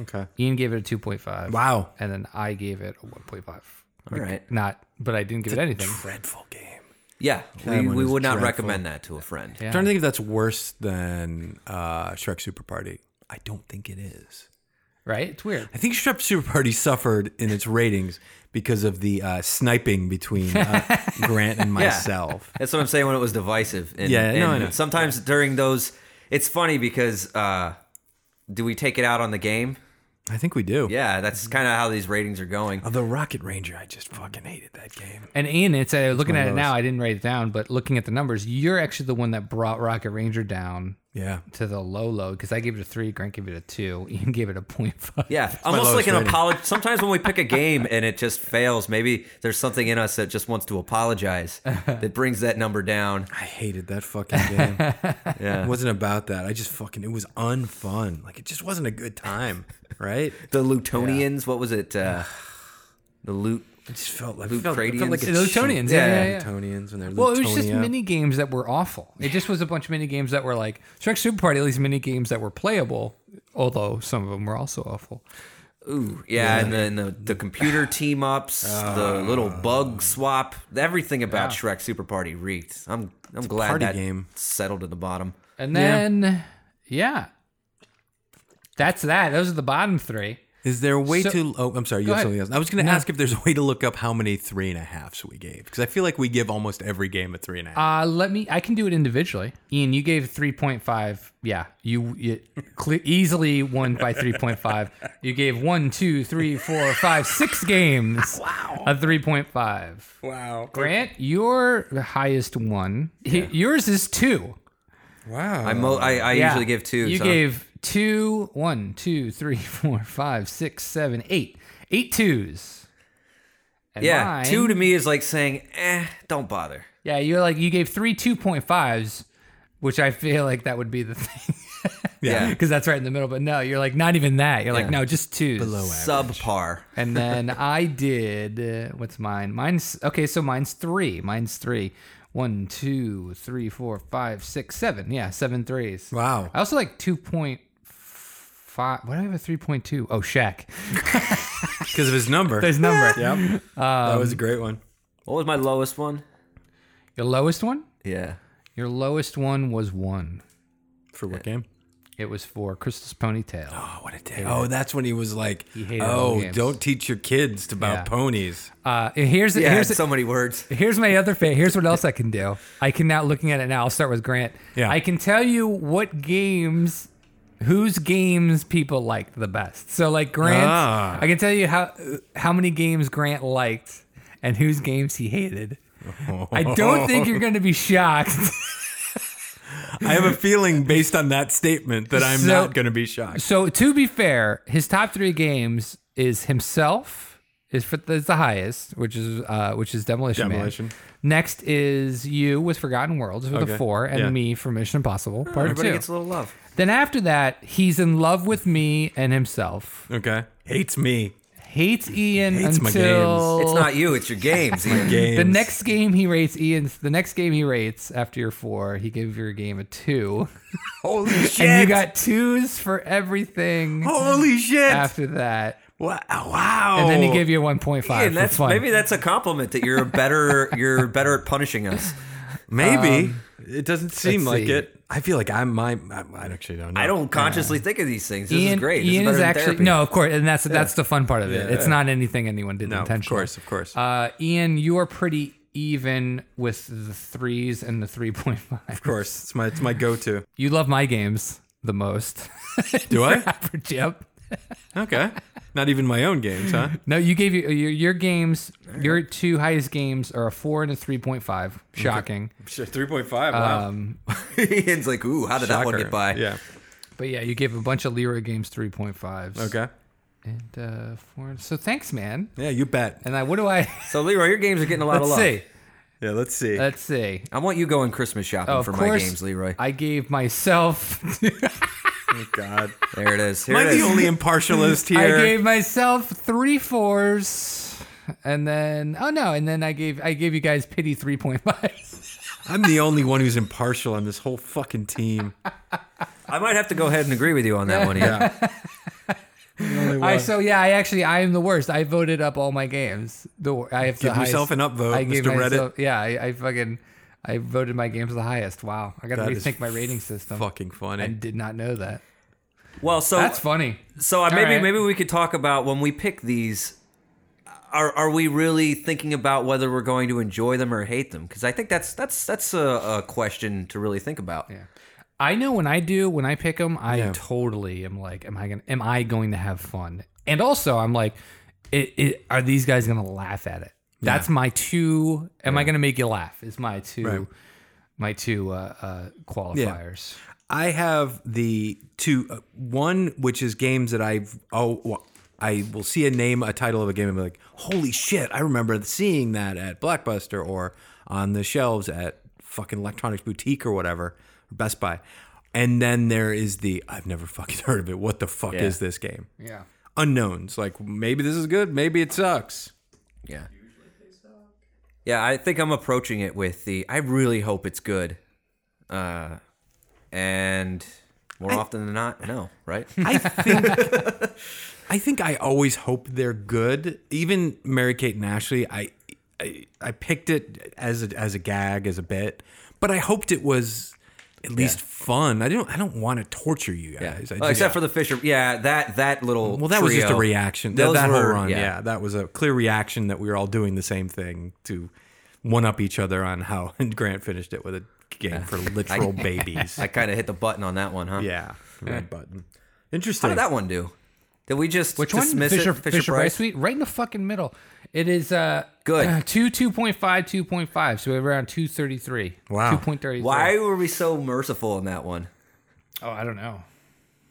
[SPEAKER 1] Okay.
[SPEAKER 2] Ian gave it a two point five.
[SPEAKER 1] Wow.
[SPEAKER 2] And then I gave it a one point five.
[SPEAKER 3] All right.
[SPEAKER 2] Not, but I didn't give it anything.
[SPEAKER 1] Dreadful game.
[SPEAKER 3] Yeah, we,
[SPEAKER 1] one
[SPEAKER 3] we
[SPEAKER 1] is
[SPEAKER 3] would not
[SPEAKER 1] dreadful.
[SPEAKER 3] recommend that to a friend.
[SPEAKER 1] I'm trying to think if that's worse than uh, Shrek Super Party. I don't think it is.
[SPEAKER 2] Right? It's weird.
[SPEAKER 1] I think Shrek Super Party suffered in its ratings because of the uh, sniping between uh, Grant and myself.
[SPEAKER 3] That's what I'm saying when it was divisive. And,
[SPEAKER 1] Yeah,
[SPEAKER 3] and
[SPEAKER 1] no, I know.
[SPEAKER 3] Sometimes during those, it's funny because uh, do we take it out on the game?
[SPEAKER 1] I think we do.
[SPEAKER 3] Yeah, that's
[SPEAKER 2] Mm-hmm.
[SPEAKER 3] kind of how these ratings are going.
[SPEAKER 1] Although Rocket Ranger, I just fucking hated that game.
[SPEAKER 2] And Ian, it's uh, looking
[SPEAKER 1] one
[SPEAKER 2] at
[SPEAKER 1] of
[SPEAKER 2] it now. I didn't write it down, but looking at the numbers, you're actually the one that brought Rocket Ranger down
[SPEAKER 1] Yeah.
[SPEAKER 2] to the low low because I gave it a three, Grant gave it a two, Ian gave it a point five.
[SPEAKER 3] Yeah, almost
[SPEAKER 1] lowest
[SPEAKER 3] like an
[SPEAKER 1] rating.
[SPEAKER 3] apology. Sometimes when we pick a game and it just fails, maybe there's something in us that just wants to apologize that brings that number down.
[SPEAKER 1] I hated that fucking game.
[SPEAKER 3] Yeah.
[SPEAKER 1] It wasn't about that. I just fucking, it was unfun. Like, it just wasn't a good time, right?
[SPEAKER 3] The Lutonians, what was it? Uh, the loot.
[SPEAKER 1] It just felt like,
[SPEAKER 3] Loot
[SPEAKER 1] felt, it felt
[SPEAKER 3] Cradians?
[SPEAKER 1] like
[SPEAKER 2] The
[SPEAKER 1] a cheat.
[SPEAKER 2] Lutonians,
[SPEAKER 3] Yeah,
[SPEAKER 2] yeah, yeah,
[SPEAKER 3] yeah,
[SPEAKER 2] yeah.
[SPEAKER 1] Lutonians when they're
[SPEAKER 2] Well, it was just
[SPEAKER 1] Lutonia.
[SPEAKER 2] mini games that were awful. It just was a bunch of mini games that were like Shrek Super Party. At least mini games that were playable, although some of them were also awful.
[SPEAKER 3] Ooh, yeah, and then the, the computer team ups, the little bug swap, everything about Shrek Super Party reeked. I'm I'm glad
[SPEAKER 1] party
[SPEAKER 3] that
[SPEAKER 1] game.
[SPEAKER 3] settled at the bottom.
[SPEAKER 2] And then, yeah. that's that. Those are the bottom three.
[SPEAKER 1] Is there a way
[SPEAKER 2] So-
[SPEAKER 1] to? Oh, I'm sorry. You have
[SPEAKER 2] ahead.
[SPEAKER 1] something else. I was going to ask if there's a way to look up how many three and a halves we gave because I feel like we give almost every game a three and a half.
[SPEAKER 2] Uh, let me. I can do it individually. Ian, you gave three point five. Yeah, you, you cle easily won by three point five. You gave one, two, three, four, five, six games. Wow. A three point five.
[SPEAKER 1] wow.
[SPEAKER 2] Grant, your highest one. He- Yours is two. Uh,
[SPEAKER 1] Wow.
[SPEAKER 3] I mo- I, I usually give two.
[SPEAKER 2] You
[SPEAKER 3] so
[SPEAKER 2] gave two, one, two, three, four, five, six, seven, eight. Eight twos. And
[SPEAKER 3] yeah,
[SPEAKER 2] mine-
[SPEAKER 3] two to me is like saying, eh, don't bother.
[SPEAKER 2] Yeah, you're like you gave three two point fives, which I feel like that would be the thing.
[SPEAKER 3] Yeah.
[SPEAKER 2] Because that's right in the middle. But no, you're like not even that. You're like
[SPEAKER 3] Yeah.
[SPEAKER 2] no, just two. Below
[SPEAKER 3] Subpar.
[SPEAKER 2] And then I did. Uh, what's mine? Mine's okay. So mine's three. Mine's three. One, two, three, four, five, six, seven. Yeah, seven threes.
[SPEAKER 1] Wow.
[SPEAKER 2] I also like 2.5. Why do I have a 3.2? Oh, Shaq.
[SPEAKER 1] Because of his number.
[SPEAKER 2] His number.
[SPEAKER 1] yep. that
[SPEAKER 2] Um,
[SPEAKER 1] was a great one.
[SPEAKER 3] What was my lowest one?
[SPEAKER 2] Your lowest one?
[SPEAKER 3] Yeah.
[SPEAKER 2] Your lowest one was one.
[SPEAKER 1] For what game?
[SPEAKER 2] It was for Crystal's Ponytail.
[SPEAKER 1] Oh, what a day. Oh, that's when he was like,
[SPEAKER 2] hated all the
[SPEAKER 1] oh,
[SPEAKER 2] games.
[SPEAKER 1] don't teach your kids about
[SPEAKER 2] Yeah.
[SPEAKER 1] ponies.
[SPEAKER 2] Uh, and here's
[SPEAKER 3] Yeah,
[SPEAKER 2] here's
[SPEAKER 3] so many words.
[SPEAKER 2] Here's my other favorite. Here's what else I can do. I can now looking at it now. I'll start with Grant.
[SPEAKER 1] Yeah.
[SPEAKER 2] I can tell you what games, whose games people liked the best. So like Grant,
[SPEAKER 1] Ah.
[SPEAKER 2] I can tell you how how many games Grant liked and whose games he hated. I don't think you're going to be shocked.
[SPEAKER 1] I have a feeling based on that statement that I'm
[SPEAKER 2] So-
[SPEAKER 1] not going to be shocked.
[SPEAKER 2] So to be fair, his top three games is himself is for is the highest, which is uh, which is Demolition,
[SPEAKER 1] Demolition.
[SPEAKER 2] Man. Next is you with Forgotten Worlds with
[SPEAKER 1] Okay,
[SPEAKER 2] a four, and
[SPEAKER 1] yeah.
[SPEAKER 2] me for Mission Impossible Part
[SPEAKER 3] Hmm. Everybody
[SPEAKER 2] Two.
[SPEAKER 3] gets a little love.
[SPEAKER 2] then after that, he's in love with me and himself.
[SPEAKER 1] Okay. Hates me.
[SPEAKER 2] Hates Ian
[SPEAKER 1] Hates my
[SPEAKER 2] until
[SPEAKER 3] It's not you. It's your games. Ian.
[SPEAKER 1] Games.
[SPEAKER 2] the next game he rates Ian's. The next game he rates after your four, he gave your game a two,
[SPEAKER 1] Holy shit.
[SPEAKER 2] and you got twos for everything.
[SPEAKER 1] Holy shit.
[SPEAKER 2] After that,
[SPEAKER 1] Wow. wow.
[SPEAKER 2] and then he gave you a 1.5
[SPEAKER 3] Ian,
[SPEAKER 2] for
[SPEAKER 3] that's
[SPEAKER 2] fun.
[SPEAKER 3] maybe that's a compliment that you're better. You're better at punishing us.
[SPEAKER 1] Maybe. it doesn't seem
[SPEAKER 2] let's
[SPEAKER 1] like
[SPEAKER 2] see.
[SPEAKER 1] it. I feel like I'm my. I, I actually don't know.
[SPEAKER 3] I don't consciously think of these things. This
[SPEAKER 2] Ian,
[SPEAKER 3] is great. This
[SPEAKER 2] Ian
[SPEAKER 3] is,
[SPEAKER 2] is,
[SPEAKER 3] better than
[SPEAKER 2] actually
[SPEAKER 3] therapy.
[SPEAKER 2] no, of course, and that's that's the fun part of it.
[SPEAKER 1] Yeah,
[SPEAKER 2] it's
[SPEAKER 1] yeah.
[SPEAKER 2] not anything anyone did
[SPEAKER 1] No, of
[SPEAKER 2] intentionally.
[SPEAKER 1] course, of course.
[SPEAKER 2] Uh, Ian, you are pretty even with the threes and the 3.5. Of
[SPEAKER 1] of course. It's my, it's my go to.
[SPEAKER 2] you love my games the most.
[SPEAKER 1] Do I?
[SPEAKER 2] Average, yep.
[SPEAKER 1] Okay. Not even my own games, huh?
[SPEAKER 2] No, you gave you your, your games. Your two highest games are a four and a 3.5. Shocking,
[SPEAKER 1] Sure, 3.5. Wow.
[SPEAKER 3] Ian's like, ooh, how did that
[SPEAKER 1] Um,
[SPEAKER 3] one
[SPEAKER 1] Shocker.
[SPEAKER 3] get by?
[SPEAKER 1] Yeah.
[SPEAKER 2] but yeah, you gave a bunch of Leroy games 3.5s.
[SPEAKER 1] Okay.
[SPEAKER 2] and uh, four. So thanks, man.
[SPEAKER 1] Yeah, you bet.
[SPEAKER 2] And I, what do I?
[SPEAKER 3] So Leroy, your games are getting a lot
[SPEAKER 2] Let's
[SPEAKER 3] of love.
[SPEAKER 2] see.
[SPEAKER 1] Yeah, let's see.
[SPEAKER 2] Let's see.
[SPEAKER 3] I want you going Christmas shopping
[SPEAKER 2] Oh, Of
[SPEAKER 3] for my
[SPEAKER 2] course,
[SPEAKER 3] games, Leroy.
[SPEAKER 2] I gave myself.
[SPEAKER 1] oh, God.
[SPEAKER 3] there it is. Here
[SPEAKER 1] Am I
[SPEAKER 3] it is.
[SPEAKER 1] the only impartialist
[SPEAKER 2] I
[SPEAKER 1] here?
[SPEAKER 2] gave myself three fours, and then oh no, and then I gave I gave you guys pity three point five.
[SPEAKER 1] I'm the only one who's impartial on this whole fucking team.
[SPEAKER 3] I might have to go ahead and agree with you on that one. Ian.
[SPEAKER 2] I so yeah, I actually I am the worst. I voted up all my games. The wor- I have
[SPEAKER 1] Give
[SPEAKER 2] the
[SPEAKER 1] yourself an
[SPEAKER 2] highest-
[SPEAKER 1] upvote,
[SPEAKER 2] I gave
[SPEAKER 1] Mr. Reddit.
[SPEAKER 2] myself- Yeah, I, I fucking I voted my games the highest. Wow, I got to
[SPEAKER 1] That is
[SPEAKER 2] rethink my rating system.
[SPEAKER 1] Fucking funny.
[SPEAKER 2] I did not know that.
[SPEAKER 3] Well,
[SPEAKER 1] Oh.
[SPEAKER 3] so
[SPEAKER 2] That's funny.
[SPEAKER 3] So I maybe
[SPEAKER 2] right.
[SPEAKER 3] maybe we could talk about when we pick these. Are are we really thinking about whether we're going to enjoy them or hate them? Because I think that's that's that's a, a question to really think about.
[SPEAKER 2] Yeah. I know when I do when I pick them, I
[SPEAKER 1] Yeah.
[SPEAKER 2] totally am like, am I gonna am I going to have fun? And also, I'm like, it, it, are these guys gonna laugh at it? That's my two. Am I gonna make you laugh? Is my two,
[SPEAKER 1] Right.
[SPEAKER 2] my two uh, uh, qualifiers.
[SPEAKER 1] I have the two, uh, one which is games that I've oh wha- I will see a name, a title of a game, and be like, "Holy shit! I remember seeing that at Blockbuster or on the shelves at fucking Electronics Boutique or whatever, Best Buy." And then there is the I've never fucking heard of it. What the fuck is this game?
[SPEAKER 2] Yeah.
[SPEAKER 1] Unknowns. Like maybe this is good, maybe it sucks.
[SPEAKER 3] Yeah. Yeah, I think I'm approaching it with the. I really hope it's good, uh, and more often than not, no, right?
[SPEAKER 1] I think I think I always hope they're good. Even Mary Kate and Ashley, I I, I picked it as a, as a gag, as a bit, but I hoped it was at least fun. I don't I don't want to torture you
[SPEAKER 3] Yeah.
[SPEAKER 1] guys. I
[SPEAKER 3] Oh,
[SPEAKER 1] just-
[SPEAKER 3] except for the Fisher. Yeah, that that little.
[SPEAKER 1] well, that was just a
[SPEAKER 3] trio.
[SPEAKER 1] reaction. That,
[SPEAKER 3] Those
[SPEAKER 1] that whole
[SPEAKER 3] were-
[SPEAKER 1] run, yeah. that was a clear reaction that we were all doing the same thing to one up each other on how and Grant finished it with a game for literal babies.
[SPEAKER 3] I kind of hit the button on that one, huh?
[SPEAKER 1] yeah, red button.
[SPEAKER 3] How
[SPEAKER 1] Interesting.
[SPEAKER 3] did that one do? Did we just
[SPEAKER 2] Which one?
[SPEAKER 3] dismiss
[SPEAKER 2] Fisher,
[SPEAKER 3] it?
[SPEAKER 2] Fisher, Price? Suite, right in the fucking middle. It is uh,
[SPEAKER 3] Good.
[SPEAKER 2] two two point five, two point five. So we're around two thirty three.
[SPEAKER 1] Wow.
[SPEAKER 2] Two point thirty three.
[SPEAKER 3] Why were we so merciful in that one?
[SPEAKER 2] Oh, I don't know.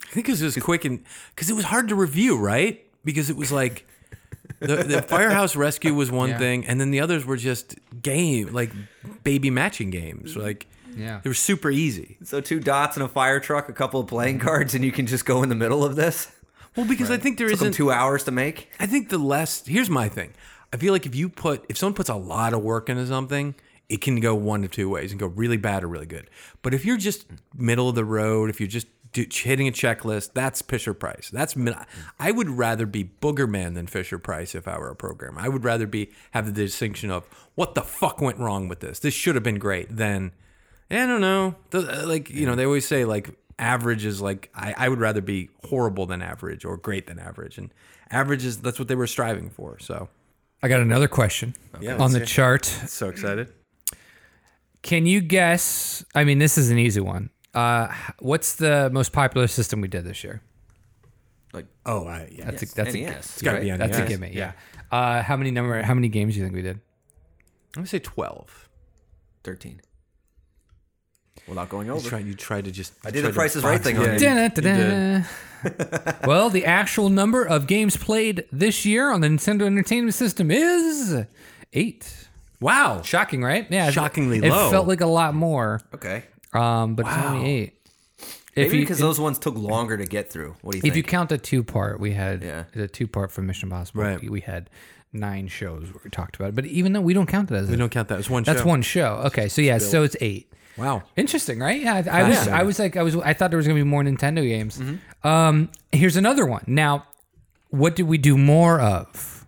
[SPEAKER 1] I think it was quick and because it was hard to review, right? Because it was like the, the firehouse rescue was one
[SPEAKER 2] Yeah.
[SPEAKER 1] thing, and then the others were just game like baby matching games. Like
[SPEAKER 2] Yeah.
[SPEAKER 1] they were super easy.
[SPEAKER 3] So two dots and a fire truck, a couple of playing
[SPEAKER 2] Mm-hmm.
[SPEAKER 3] cards, and you can just go in the middle of this.
[SPEAKER 1] Well, because I think there
[SPEAKER 3] Took them
[SPEAKER 1] isn't.
[SPEAKER 3] two hours to make.
[SPEAKER 1] I think the less. Here's my thing. I feel like if you put if someone puts a lot of work into something, it can go one of two ways and go really bad or really good. But if you're just middle of the road, if you're just do, hitting a checklist, that's Fisher Price. That's min- I would rather be Booger Man than Fisher Price if I were a programmer. I would rather be have the distinction of what the fuck went wrong with this. This should have been great. Than I don't know. The- Like you know, they always say like average is like I, I would rather be horrible than average or great than average. And average is that's what they were striving for. So
[SPEAKER 2] I got another question on the chart.
[SPEAKER 1] so excited.
[SPEAKER 2] Can you guess? I mean, this is an easy one. Uh, what's the most popular system we did this year?
[SPEAKER 3] Like
[SPEAKER 1] Oh, I, yeah.
[SPEAKER 2] That's a, that's a,
[SPEAKER 3] NES.
[SPEAKER 1] gotta be E
[SPEAKER 3] right?
[SPEAKER 1] NES.
[SPEAKER 2] that's a gimme. Yeah. Uh, how many number? How many games do you think we did?
[SPEAKER 1] I'm gonna say twelve.
[SPEAKER 3] Thirteen. Without going over.
[SPEAKER 1] Try, you tried to just.
[SPEAKER 3] I did the Price is Right thing on it.
[SPEAKER 2] Da-da-da-da. well, the actual number of games played this year on the Nintendo Entertainment System is eight.
[SPEAKER 1] Wow.
[SPEAKER 2] Shocking, right? Yeah, it-
[SPEAKER 1] Shockingly
[SPEAKER 2] it
[SPEAKER 1] low.
[SPEAKER 2] felt like a lot more,
[SPEAKER 3] Okay.
[SPEAKER 2] um, but it's only eight. If
[SPEAKER 3] Maybe
[SPEAKER 2] you,
[SPEAKER 3] because those ones took longer to get through. What do you
[SPEAKER 2] if
[SPEAKER 3] think?
[SPEAKER 2] you count the two part, we had
[SPEAKER 3] Yeah.
[SPEAKER 2] the two part from Mission Impossible.
[SPEAKER 1] Right.
[SPEAKER 2] We, we had nine shows where we talked about it, but even though we don't count it as
[SPEAKER 1] We don't count that as one.
[SPEAKER 2] that's
[SPEAKER 1] show.
[SPEAKER 2] one show. Okay, so yeah, so it's eight.
[SPEAKER 1] Wow.
[SPEAKER 2] Interesting, right? Yeah, I, I was, I was like, I was, I thought there was gonna be more Nintendo games.
[SPEAKER 1] Mm-hmm.
[SPEAKER 2] Um, here's another one. Now, what did we do more of?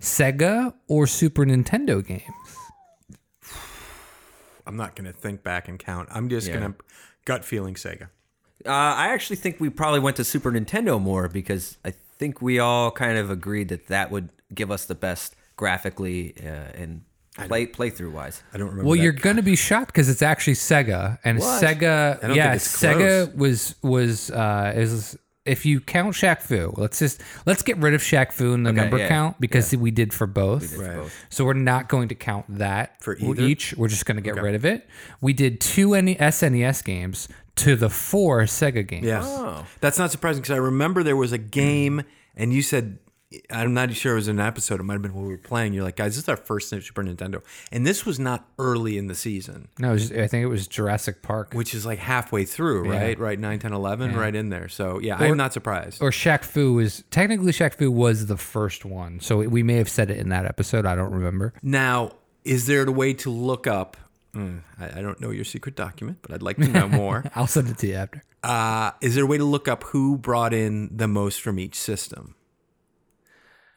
[SPEAKER 2] Sega or Super Nintendo games?
[SPEAKER 1] I'm not gonna think back and count. I'm just gonna gut feeling Sega.
[SPEAKER 3] uh, I actually think we probably went to Super Nintendo more because I think we all kind of agreed that that would give us the best graphically uh, and play playthrough wise.
[SPEAKER 1] I don't remember.
[SPEAKER 2] Well,
[SPEAKER 1] that.
[SPEAKER 2] you're gonna be shocked because it's actually Sega and
[SPEAKER 3] What?
[SPEAKER 2] Sega.
[SPEAKER 1] I don't
[SPEAKER 2] yeah,
[SPEAKER 1] think it's
[SPEAKER 2] Sega was was uh, is if you count Shaq Fu, let's just let's get rid of Shaq Fu and the number
[SPEAKER 3] yeah,
[SPEAKER 2] count because we did for both.
[SPEAKER 1] Right.
[SPEAKER 2] So we're not going to count that
[SPEAKER 1] For
[SPEAKER 2] We'll
[SPEAKER 1] either?
[SPEAKER 2] each. We're just going to get rid of it. We did two E, NE- SNES games to the four Sega games.
[SPEAKER 1] Yes.
[SPEAKER 3] Oh.
[SPEAKER 1] That's not surprising because I remember there was a game, and you said, I'm not sure it was an episode. It might have been what we were playing. You're like, guys, this is our first Super Nintendo, and this was not early in the season,
[SPEAKER 2] No, it was, I think it was Jurassic Park
[SPEAKER 1] which is like halfway through, right? Right, 9, 10, 11, right in there. So yeah, I'm not surprised.
[SPEAKER 2] or Shaq Fu was technically Shaq Fu was the first one. So we may have said it in that episode. I don't remember.
[SPEAKER 1] Now, is there a way to look up? Mm, I, I don't know your secret document, but I'd like to know more.
[SPEAKER 2] I'll send it to you after.
[SPEAKER 1] uh, is there a way to look up who brought in the most from each system?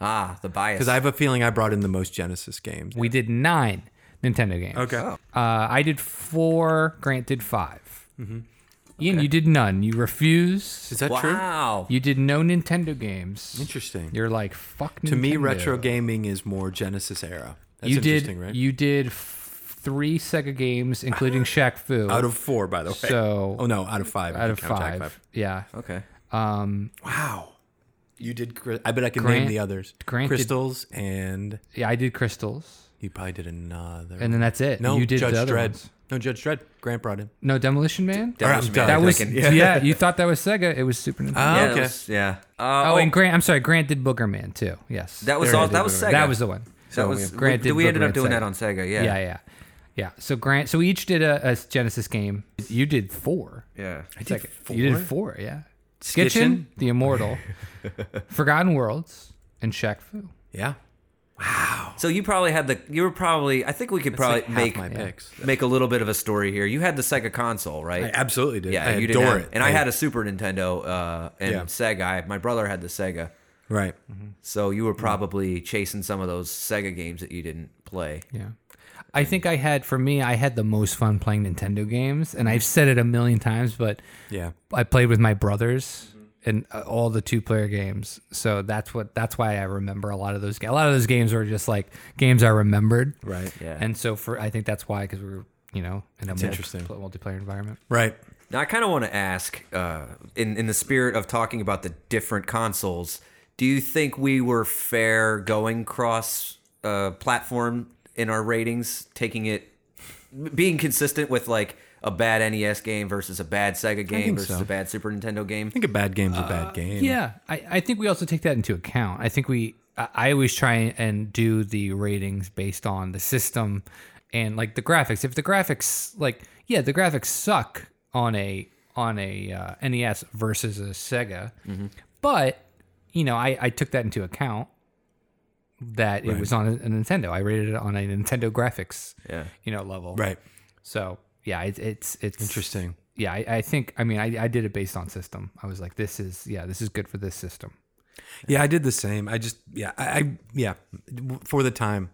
[SPEAKER 3] Ah, the bias.
[SPEAKER 1] Because I have a feeling I brought in the most Genesis games.
[SPEAKER 2] We did nine Nintendo games.
[SPEAKER 1] Okay.
[SPEAKER 3] Oh.
[SPEAKER 2] Uh, I did four. Grant did 5 Ian, you did none. You refuse.
[SPEAKER 1] Mm-hmm. Is that true?
[SPEAKER 3] wow.
[SPEAKER 2] You did no Nintendo games.
[SPEAKER 1] Interesting.
[SPEAKER 2] You're like fuck.
[SPEAKER 1] to me,
[SPEAKER 2] Nintendo.
[SPEAKER 1] retro gaming is more Genesis era. That's
[SPEAKER 2] you
[SPEAKER 1] interesting,
[SPEAKER 2] did
[SPEAKER 1] right?
[SPEAKER 2] you did f- three Sega games, including Shaq Fu,
[SPEAKER 1] out of four, by the way.
[SPEAKER 2] So-
[SPEAKER 1] oh no, out of five. if
[SPEAKER 2] out
[SPEAKER 1] you
[SPEAKER 2] of
[SPEAKER 1] count Jack
[SPEAKER 2] five. Yeah,
[SPEAKER 3] Okay.
[SPEAKER 1] Wow, you did. Chris- I bet I can name
[SPEAKER 2] Grant-
[SPEAKER 1] the others.
[SPEAKER 2] Grant did-
[SPEAKER 1] Crystals, and
[SPEAKER 2] yeah, I did Crystals,
[SPEAKER 1] you probably did another.
[SPEAKER 2] and then that's it.
[SPEAKER 1] no,
[SPEAKER 2] you did
[SPEAKER 1] Judge
[SPEAKER 2] the other
[SPEAKER 1] Dredd.
[SPEAKER 2] ones.
[SPEAKER 1] No, Judge Dredd. Grant brought in.
[SPEAKER 2] No Demolition Man.
[SPEAKER 1] right, I'm
[SPEAKER 3] Demolition Man,
[SPEAKER 1] done.
[SPEAKER 2] that
[SPEAKER 3] I
[SPEAKER 2] was
[SPEAKER 3] think.
[SPEAKER 2] yeah. You thought that was Sega. It was Super Nintendo.
[SPEAKER 1] Oh,
[SPEAKER 3] Yeah,
[SPEAKER 1] okay.
[SPEAKER 3] that was- yeah. Uh,
[SPEAKER 2] oh,
[SPEAKER 3] oh,
[SPEAKER 2] and Grant. I'm sorry. Grant did Booger Man too. Yes.
[SPEAKER 3] that was
[SPEAKER 1] There it
[SPEAKER 3] all,
[SPEAKER 1] is,
[SPEAKER 3] that was
[SPEAKER 1] there
[SPEAKER 3] Sega.
[SPEAKER 2] That was the one.
[SPEAKER 3] that was
[SPEAKER 2] Grant
[SPEAKER 3] we,
[SPEAKER 2] did
[SPEAKER 3] we ended
[SPEAKER 2] Booger
[SPEAKER 3] up doing
[SPEAKER 2] Man
[SPEAKER 3] that on Sega. Yeah.
[SPEAKER 2] Yeah, yeah, yeah. So Grant. So we each did a, a Genesis game. You did four.
[SPEAKER 3] Yeah.
[SPEAKER 1] I did four.
[SPEAKER 2] You did four. Yeah.
[SPEAKER 1] Skitchin?
[SPEAKER 2] Skitchin, The Immortal, Forgotten Worlds, and Shaq Fu.
[SPEAKER 1] Yeah,
[SPEAKER 3] So you probably had the you were probably I think we could probably
[SPEAKER 1] like half
[SPEAKER 3] make
[SPEAKER 1] my picks.
[SPEAKER 3] make a little bit of a story here. You had the Sega console, right?
[SPEAKER 1] I absolutely did.
[SPEAKER 3] yeah,
[SPEAKER 1] I
[SPEAKER 3] you
[SPEAKER 1] adore
[SPEAKER 3] didn't have-
[SPEAKER 1] it.
[SPEAKER 3] And I, had a Super Nintendo uh, and
[SPEAKER 1] Yeah.
[SPEAKER 3] Sega. I, my brother had the Sega,
[SPEAKER 1] right.
[SPEAKER 2] Mm-hmm.
[SPEAKER 3] so you were probably chasing some of those Sega games that you didn't play.
[SPEAKER 2] Yeah. I think I had, for me, I had the most fun playing Nintendo games. And I've said it a million times, but
[SPEAKER 1] Yeah.
[SPEAKER 2] I played with my brothers
[SPEAKER 1] Mm-hmm.
[SPEAKER 2] and uh, all the two player games. So that's what, that's why I remember a lot of those games. A lot of those games were just like games I remembered.
[SPEAKER 1] Right.
[SPEAKER 3] Yeah.
[SPEAKER 2] And so for, I think that's why, because we were, you know, in a multi-
[SPEAKER 1] interesting.
[SPEAKER 2] multiplayer environment.
[SPEAKER 1] Right.
[SPEAKER 3] Now I kind of want to ask, uh, in in the spirit of talking about the different consoles, do you think we were fair going cross uh, platform in our ratings, taking it being consistent with like a bad NES game versus a bad Sega game
[SPEAKER 1] think
[SPEAKER 3] versus
[SPEAKER 1] so.
[SPEAKER 3] a bad Super Nintendo game?
[SPEAKER 1] I think a bad game's a bad game.
[SPEAKER 2] Uh, Yeah, I, I think we also take that into account. I think we I I always try and do the ratings based on the system and like the graphics. If the graphics like yeah, the graphics suck on a on a uh, NES versus a Sega, but you know I I took that into account that it was on a, a Nintendo. I rated it on a Nintendo graphics,
[SPEAKER 3] Yeah.
[SPEAKER 2] you know, level.
[SPEAKER 1] Right.
[SPEAKER 2] So yeah, it, it's it's
[SPEAKER 1] Interesting.
[SPEAKER 2] Yeah, I, I think I mean I, I did it based on system. I was like, this is yeah, this is good for this system.
[SPEAKER 1] Yeah, I did the same. I just yeah, I, I yeah, for the time.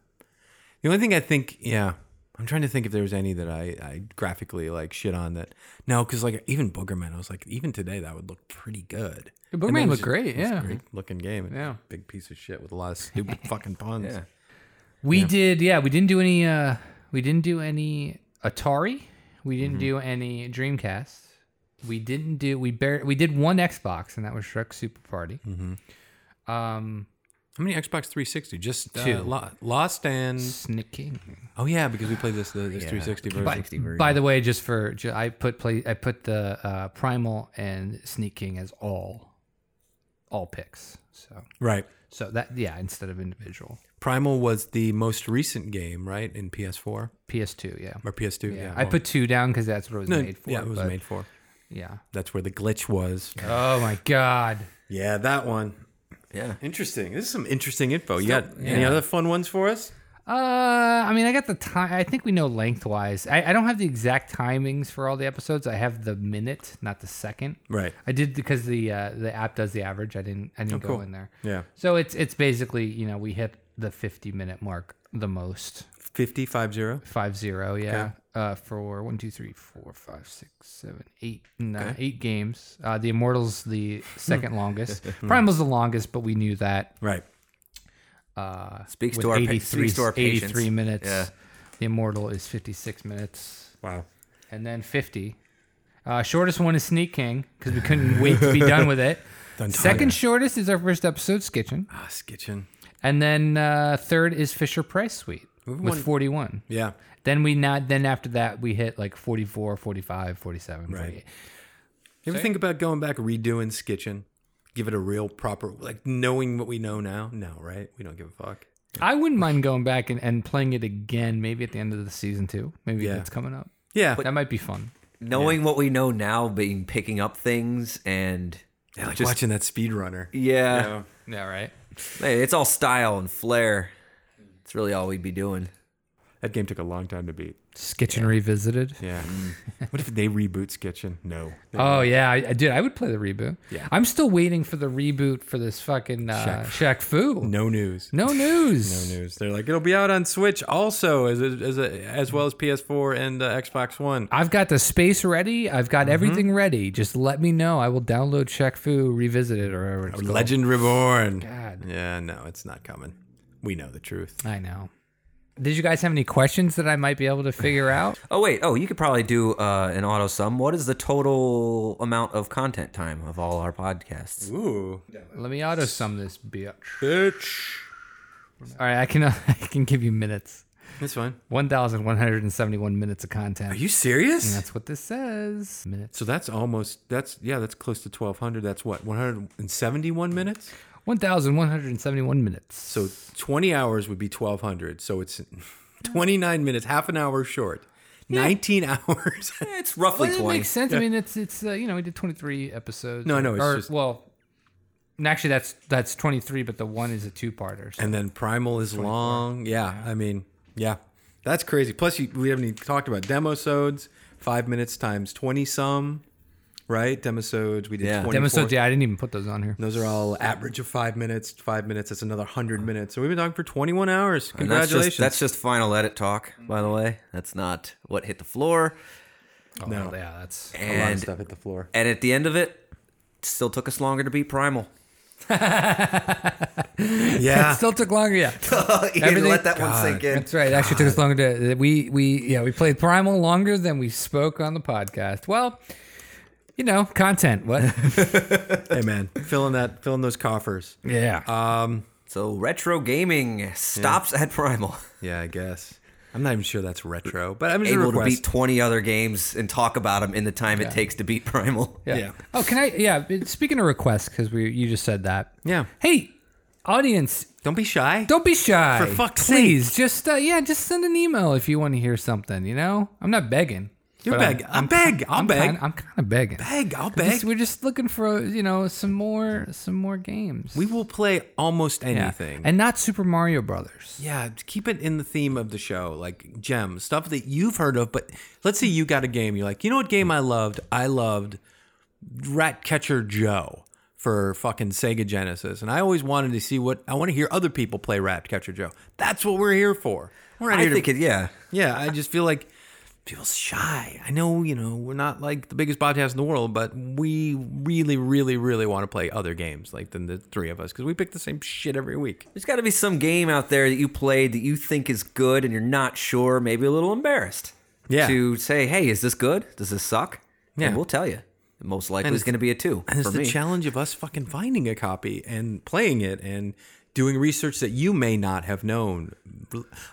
[SPEAKER 1] The only thing I think, yeah, I'm trying to think if there was any that I, I graphically like shit on that. No, because like even Boogerman, I was like, even today that would look pretty good.
[SPEAKER 2] Yeah,
[SPEAKER 1] And
[SPEAKER 2] Boogerman
[SPEAKER 1] it was
[SPEAKER 2] looked
[SPEAKER 1] just-
[SPEAKER 2] great,
[SPEAKER 1] it was a
[SPEAKER 2] yeah.
[SPEAKER 1] great looking game. It's
[SPEAKER 2] Yeah.
[SPEAKER 1] a Big piece of shit with a lot of stupid fucking puns.
[SPEAKER 3] Yeah.
[SPEAKER 2] We did, yeah. We didn't do any. uh We didn't do any Atari. We didn't
[SPEAKER 1] Mm-hmm.
[SPEAKER 2] do any Dreamcast. We didn't do. We bar- We did one Xbox, and that was Shrek Super Party.
[SPEAKER 1] Mm-hmm.
[SPEAKER 2] Um,
[SPEAKER 1] How many Xbox 360? Just uh,
[SPEAKER 2] Two.
[SPEAKER 1] Lo- Lost and
[SPEAKER 2] snicking.
[SPEAKER 1] oh yeah, because we played this the this 360 version.
[SPEAKER 2] By, by the way, just for ju- I put play. I put the uh, Primal and Sneaking as all, all picks. So
[SPEAKER 1] right.
[SPEAKER 2] so that yeah, instead of individual
[SPEAKER 1] Primal was the most recent game, right, in PS4
[SPEAKER 2] PS2. Yeah,
[SPEAKER 1] or PS2.
[SPEAKER 2] yeah.
[SPEAKER 1] Yeah,
[SPEAKER 2] I
[SPEAKER 1] well,
[SPEAKER 2] put two down because that's what it was
[SPEAKER 1] no,
[SPEAKER 2] made for.
[SPEAKER 1] yeah, it was
[SPEAKER 2] but-
[SPEAKER 1] made for.
[SPEAKER 2] Yeah.
[SPEAKER 1] That's where the glitch was.
[SPEAKER 2] Oh my god.
[SPEAKER 1] Yeah, that one.
[SPEAKER 3] Yeah.
[SPEAKER 1] Interesting. This is some interesting info. You got any other fun ones for us?
[SPEAKER 2] Uh, I mean, I got the time. I think we know lengthwise. I, I don't have the exact timings for all the episodes. I have the minute, not the second.
[SPEAKER 1] Right.
[SPEAKER 2] I did because the uh, the app does the average. I didn't I didn't go
[SPEAKER 1] Oh, cool.
[SPEAKER 2] in there.
[SPEAKER 1] Yeah.
[SPEAKER 2] So it's it's basically you know we hit the fifty minute mark the most
[SPEAKER 1] 50, 50.
[SPEAKER 2] five zero yeah uh, for one two three four five six seven eight nine, eight games. Uh, the Immortals the
[SPEAKER 3] Hmm.
[SPEAKER 2] second longest. Primal's the longest, but we knew that uh,
[SPEAKER 1] Right.
[SPEAKER 3] Speaks
[SPEAKER 2] with
[SPEAKER 3] to our pa-
[SPEAKER 2] 83,
[SPEAKER 3] speaks to our patience.
[SPEAKER 2] 83 minutes.
[SPEAKER 3] Yeah.
[SPEAKER 2] The Immortal is 56 minutes.
[SPEAKER 1] Wow.
[SPEAKER 2] And then 50. Uh, shortest one is Sneak King because we couldn't wait to be done with it.
[SPEAKER 1] Done
[SPEAKER 2] Second
[SPEAKER 1] tired.
[SPEAKER 2] shortest is our first episode, Skitchen.
[SPEAKER 1] Ah, Skitchin.
[SPEAKER 2] And then uh, third is Fisher Price Suite with 41.
[SPEAKER 1] Yeah.
[SPEAKER 2] Then we not then after that we hit like 44, 45, 47, 48.
[SPEAKER 1] You ever think about going back, redoing Skitchin? Give it a real proper, like knowing what we know now? No, right? We don't give a fuck.
[SPEAKER 2] I wouldn't mind going back and, and playing it again maybe at the end of the season too. Maybe
[SPEAKER 1] Yeah.
[SPEAKER 2] that's coming up.
[SPEAKER 1] Yeah.
[SPEAKER 2] that might be fun.
[SPEAKER 3] Knowing what we know now, being picking up things and
[SPEAKER 1] Yeah, like watching that speedrunner.
[SPEAKER 3] yeah,
[SPEAKER 2] Yeah, right.
[SPEAKER 3] Hey, it's all style and flair. It's really all we'd be doing.
[SPEAKER 1] That game took a long time to beat.
[SPEAKER 2] Skitchen Revisited.
[SPEAKER 1] Yeah. what if they reboot Skitchin? No.
[SPEAKER 2] Oh yeah, I, I- dude, I would play the reboot.
[SPEAKER 1] Yeah.
[SPEAKER 2] I'm still waiting for the reboot for this fucking uh, Shaq Fu.
[SPEAKER 1] No news.
[SPEAKER 2] No news.
[SPEAKER 1] No news. They're like it'll be out on Switch also as as as well as PS4 and uh, Xbox One.
[SPEAKER 2] I've got the space ready. I've got
[SPEAKER 1] Mm-hmm.
[SPEAKER 2] everything ready. Just let me know. I will download Shaq Fu Revisited or whatever. It's called.
[SPEAKER 1] Legend Reborn.
[SPEAKER 2] God.
[SPEAKER 1] Yeah, no, it's not coming. We know the truth.
[SPEAKER 2] I know. Did you guys have any questions that I might be able to figure out?
[SPEAKER 3] Oh wait, oh you could probably do uh, an auto sum. What is the total amount of content time of all our podcasts?
[SPEAKER 1] Ooh,
[SPEAKER 2] Let me auto sum this bitch.
[SPEAKER 1] bitch.
[SPEAKER 2] All right, I can I can give you minutes.
[SPEAKER 1] That's fine.
[SPEAKER 2] One thousand one hundred and seventy one minutes of
[SPEAKER 1] Are
[SPEAKER 2] content.
[SPEAKER 1] you serious?
[SPEAKER 2] That's what this says. Minutes.
[SPEAKER 1] so that's almost that's yeah that's close to twelve hundred. That's what one hundred and seventy one minutes.
[SPEAKER 2] One thousand one hundred and seventy one minutes.
[SPEAKER 1] So twenty hours would be twelve hundred. So it's twenty nine minutes, half an hour short. Nineteen hours.
[SPEAKER 3] Eh, It's roughly
[SPEAKER 2] Well, it
[SPEAKER 3] twenty.
[SPEAKER 2] makes sense. I mean, it's it's uh, you know we did twenty three episodes.
[SPEAKER 1] No, I know, it's
[SPEAKER 2] Or-
[SPEAKER 1] just-
[SPEAKER 2] well, and actually that's that's twenty three, but the one is a two parter. So.
[SPEAKER 1] and then primal is long yeah, i mean yeah that's crazy plus you, we haven't even talked about demosodes five minutes times 20 some right demosodes we did
[SPEAKER 3] Yeah.
[SPEAKER 1] 24
[SPEAKER 2] Demonstrate. Yeah, I didn't even put those on here.
[SPEAKER 1] those are all average of five minutes five minutes that's another 100 minutes so we've been talking for 21 hours
[SPEAKER 3] And that's
[SPEAKER 1] congratulations
[SPEAKER 3] just that's just final edit talk, by the way. That's not what hit the floor.
[SPEAKER 2] Oh,
[SPEAKER 1] no.
[SPEAKER 2] well, yeah, that's.
[SPEAKER 1] a lot of
[SPEAKER 3] And
[SPEAKER 1] stuff at the floor
[SPEAKER 3] and at the end of it, it still took us longer to beat Primal.
[SPEAKER 1] yeah
[SPEAKER 2] Still took longer. Yeah,
[SPEAKER 3] you
[SPEAKER 2] Everything-
[SPEAKER 3] let that one sink in.
[SPEAKER 2] that's right. Actually, took us longer to we we yeah we played Primal longer than we spoke on the podcast. Well, you know, content. What?
[SPEAKER 1] hey man filling that filling those coffers
[SPEAKER 2] yeah.
[SPEAKER 1] Uh,
[SPEAKER 3] So retro gaming stops at Primal.
[SPEAKER 1] yeah i guess i'm not even sure that's retro but i'm just a
[SPEAKER 3] Able to
[SPEAKER 1] request.
[SPEAKER 3] beat twenty other games and talk about them in the time it takes to beat Primal.
[SPEAKER 2] yeah.
[SPEAKER 1] yeah.
[SPEAKER 2] Oh, can I? Yeah. but Speaking of requests, because we you just said that.
[SPEAKER 1] yeah
[SPEAKER 2] Hey, audience,
[SPEAKER 1] don't be shy
[SPEAKER 2] Don't be shy.
[SPEAKER 1] For fuck's
[SPEAKER 2] Please, just uh, yeah, just send an email if you want to hear something. You know, I'm not begging.
[SPEAKER 1] You
[SPEAKER 2] but
[SPEAKER 1] beg. I beg. I'll
[SPEAKER 2] I'm
[SPEAKER 1] beg.
[SPEAKER 2] Kinda, I'm kind of begging.
[SPEAKER 1] Beg. I'll
[SPEAKER 2] Just-
[SPEAKER 1] beg.
[SPEAKER 2] we're just looking for you know some more some more games.
[SPEAKER 1] We will play almost
[SPEAKER 2] Yeah.
[SPEAKER 1] anything.
[SPEAKER 2] and not Super Mario Brothers.
[SPEAKER 1] Yeah, keep it in the theme of the show, like gems, stuff that you've heard of. But let's say you got a game. You're like, you know what game I loved? I loved Ratcatcher Joe for fucking Sega Genesis, and I always wanted to see what I want to hear other people play Ratcatcher Joe. That's what we're here for. We're not
[SPEAKER 3] I
[SPEAKER 1] here to
[SPEAKER 3] think it. Yeah.
[SPEAKER 1] yeah, I just feel like people's shy. I know, you know, we're not like the biggest podcast in the world, but we really, really, really want to play other games like than the three of us because we pick the same shit every week.
[SPEAKER 3] There's got to be some game out there that you played that you think is good and you're not sure, maybe a little embarrassed.
[SPEAKER 1] Yeah.
[SPEAKER 3] To say, hey, is this good? Does this suck? And
[SPEAKER 1] Yeah.
[SPEAKER 3] we'll tell you. Most likely
[SPEAKER 1] And
[SPEAKER 3] it's
[SPEAKER 1] it's-
[SPEAKER 3] going to be a two
[SPEAKER 1] And it's
[SPEAKER 3] for
[SPEAKER 1] the
[SPEAKER 3] me.
[SPEAKER 1] challenge of us fucking finding a copy and playing it and doing research that you may not have known.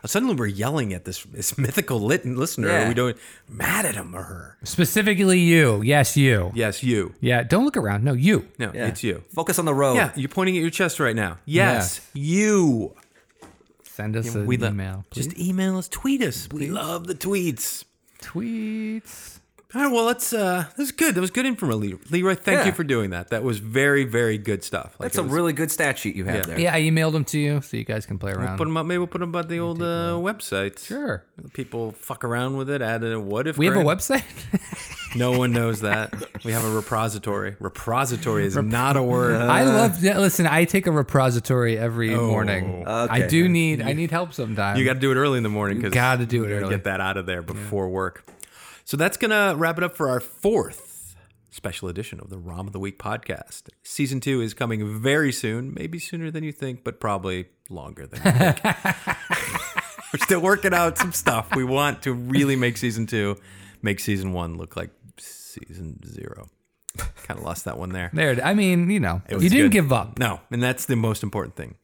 [SPEAKER 1] Suddenly we're yelling at this, this mythical lit- listener.
[SPEAKER 3] Yeah.
[SPEAKER 1] Are we doing mad at him or her?
[SPEAKER 2] Specifically, you. Yes, you. Yeah.
[SPEAKER 1] Yes, you.
[SPEAKER 2] Don't look around. No, you.
[SPEAKER 1] No,
[SPEAKER 3] Yeah. Oh.
[SPEAKER 1] it's you.
[SPEAKER 3] Focus on the road.
[SPEAKER 1] Yeah, you're pointing at your chest right now. Yes, you.
[SPEAKER 2] Send us an
[SPEAKER 1] we lo-
[SPEAKER 2] email. please.
[SPEAKER 1] Just email us, tweet us. We love the tweets.
[SPEAKER 2] tweets.
[SPEAKER 1] All right, well, let's. Uh, this is good. That was good info, Leroy. Leroy, thank
[SPEAKER 3] Yeah.
[SPEAKER 1] you for doing that. That was very, very good stuff. Like,
[SPEAKER 3] That's
[SPEAKER 1] it
[SPEAKER 3] a
[SPEAKER 1] was-
[SPEAKER 3] really good stat sheet you have
[SPEAKER 1] Yeah.
[SPEAKER 3] there.
[SPEAKER 2] Yeah, I emailed them to you so you guys can play around.
[SPEAKER 1] Put 'em up. Maybe we'll put them up the old uh, website.
[SPEAKER 2] sure.
[SPEAKER 1] People fuck around with it. Add a what if
[SPEAKER 2] We have a
[SPEAKER 1] grant.
[SPEAKER 2] website.
[SPEAKER 1] No one knows that. We have a repository. Repository is not a word.
[SPEAKER 2] I love. Yeah, listen, I take a repository every morning. I
[SPEAKER 3] Okay.
[SPEAKER 2] do need. I need help sometimes.
[SPEAKER 1] Oh, you got to do it early in the morning because
[SPEAKER 2] Gotta do it early.
[SPEAKER 1] Get that out of there before work. So that's gonna wrap it up for our fourth special edition of the ROM of the Week podcast. Season two is coming very soon, maybe sooner than you think, but probably longer than you think. We're still working out some stuff. We want to really make season two, make season one look like season zero. Kind of lost that one there.
[SPEAKER 2] there. it- I mean, you know,
[SPEAKER 1] was
[SPEAKER 2] you didn't
[SPEAKER 1] good.
[SPEAKER 2] give up.
[SPEAKER 1] No, and that's the most important thing.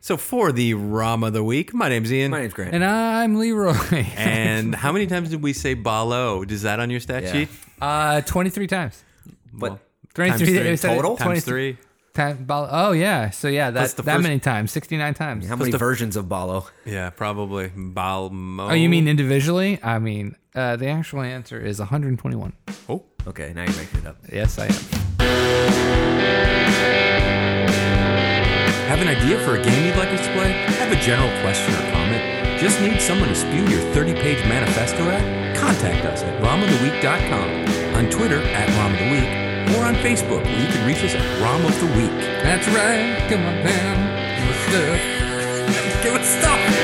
[SPEAKER 1] So for the ROM of the Week, my name's Ian.
[SPEAKER 3] My name's Grant.
[SPEAKER 2] And I'm Leroy.
[SPEAKER 1] And how many times did we say Balo? Is that on your stat
[SPEAKER 3] Yeah.
[SPEAKER 1] sheet?
[SPEAKER 2] uh, twenty-three times.
[SPEAKER 3] but
[SPEAKER 1] Times
[SPEAKER 2] 23
[SPEAKER 1] three.
[SPEAKER 2] it said
[SPEAKER 1] total?
[SPEAKER 2] 23
[SPEAKER 1] Times three.
[SPEAKER 2] Time, ball, oh yeah, so yeah, that
[SPEAKER 1] That's the
[SPEAKER 2] that
[SPEAKER 1] first-
[SPEAKER 2] many times, sixty-nine times.
[SPEAKER 3] how many versions of Balo?
[SPEAKER 1] Yeah, probably. Balmo.
[SPEAKER 2] Oh, you mean individually? I mean, uh, the actual answer is 121.
[SPEAKER 1] Oh,
[SPEAKER 3] Okay, now you're making it up.
[SPEAKER 2] Yes, I am.
[SPEAKER 1] Have an idea for a game you'd like us to play? Have a general question or comment? Just need someone to spew your 30 page manifesto at? Contact us at romoftheweek.com, on Twitter at romoftheweek, or on Facebook where you can reach us at rom of the week.
[SPEAKER 2] That's right. Come on, man. Let's do it.
[SPEAKER 1] Give it stuff!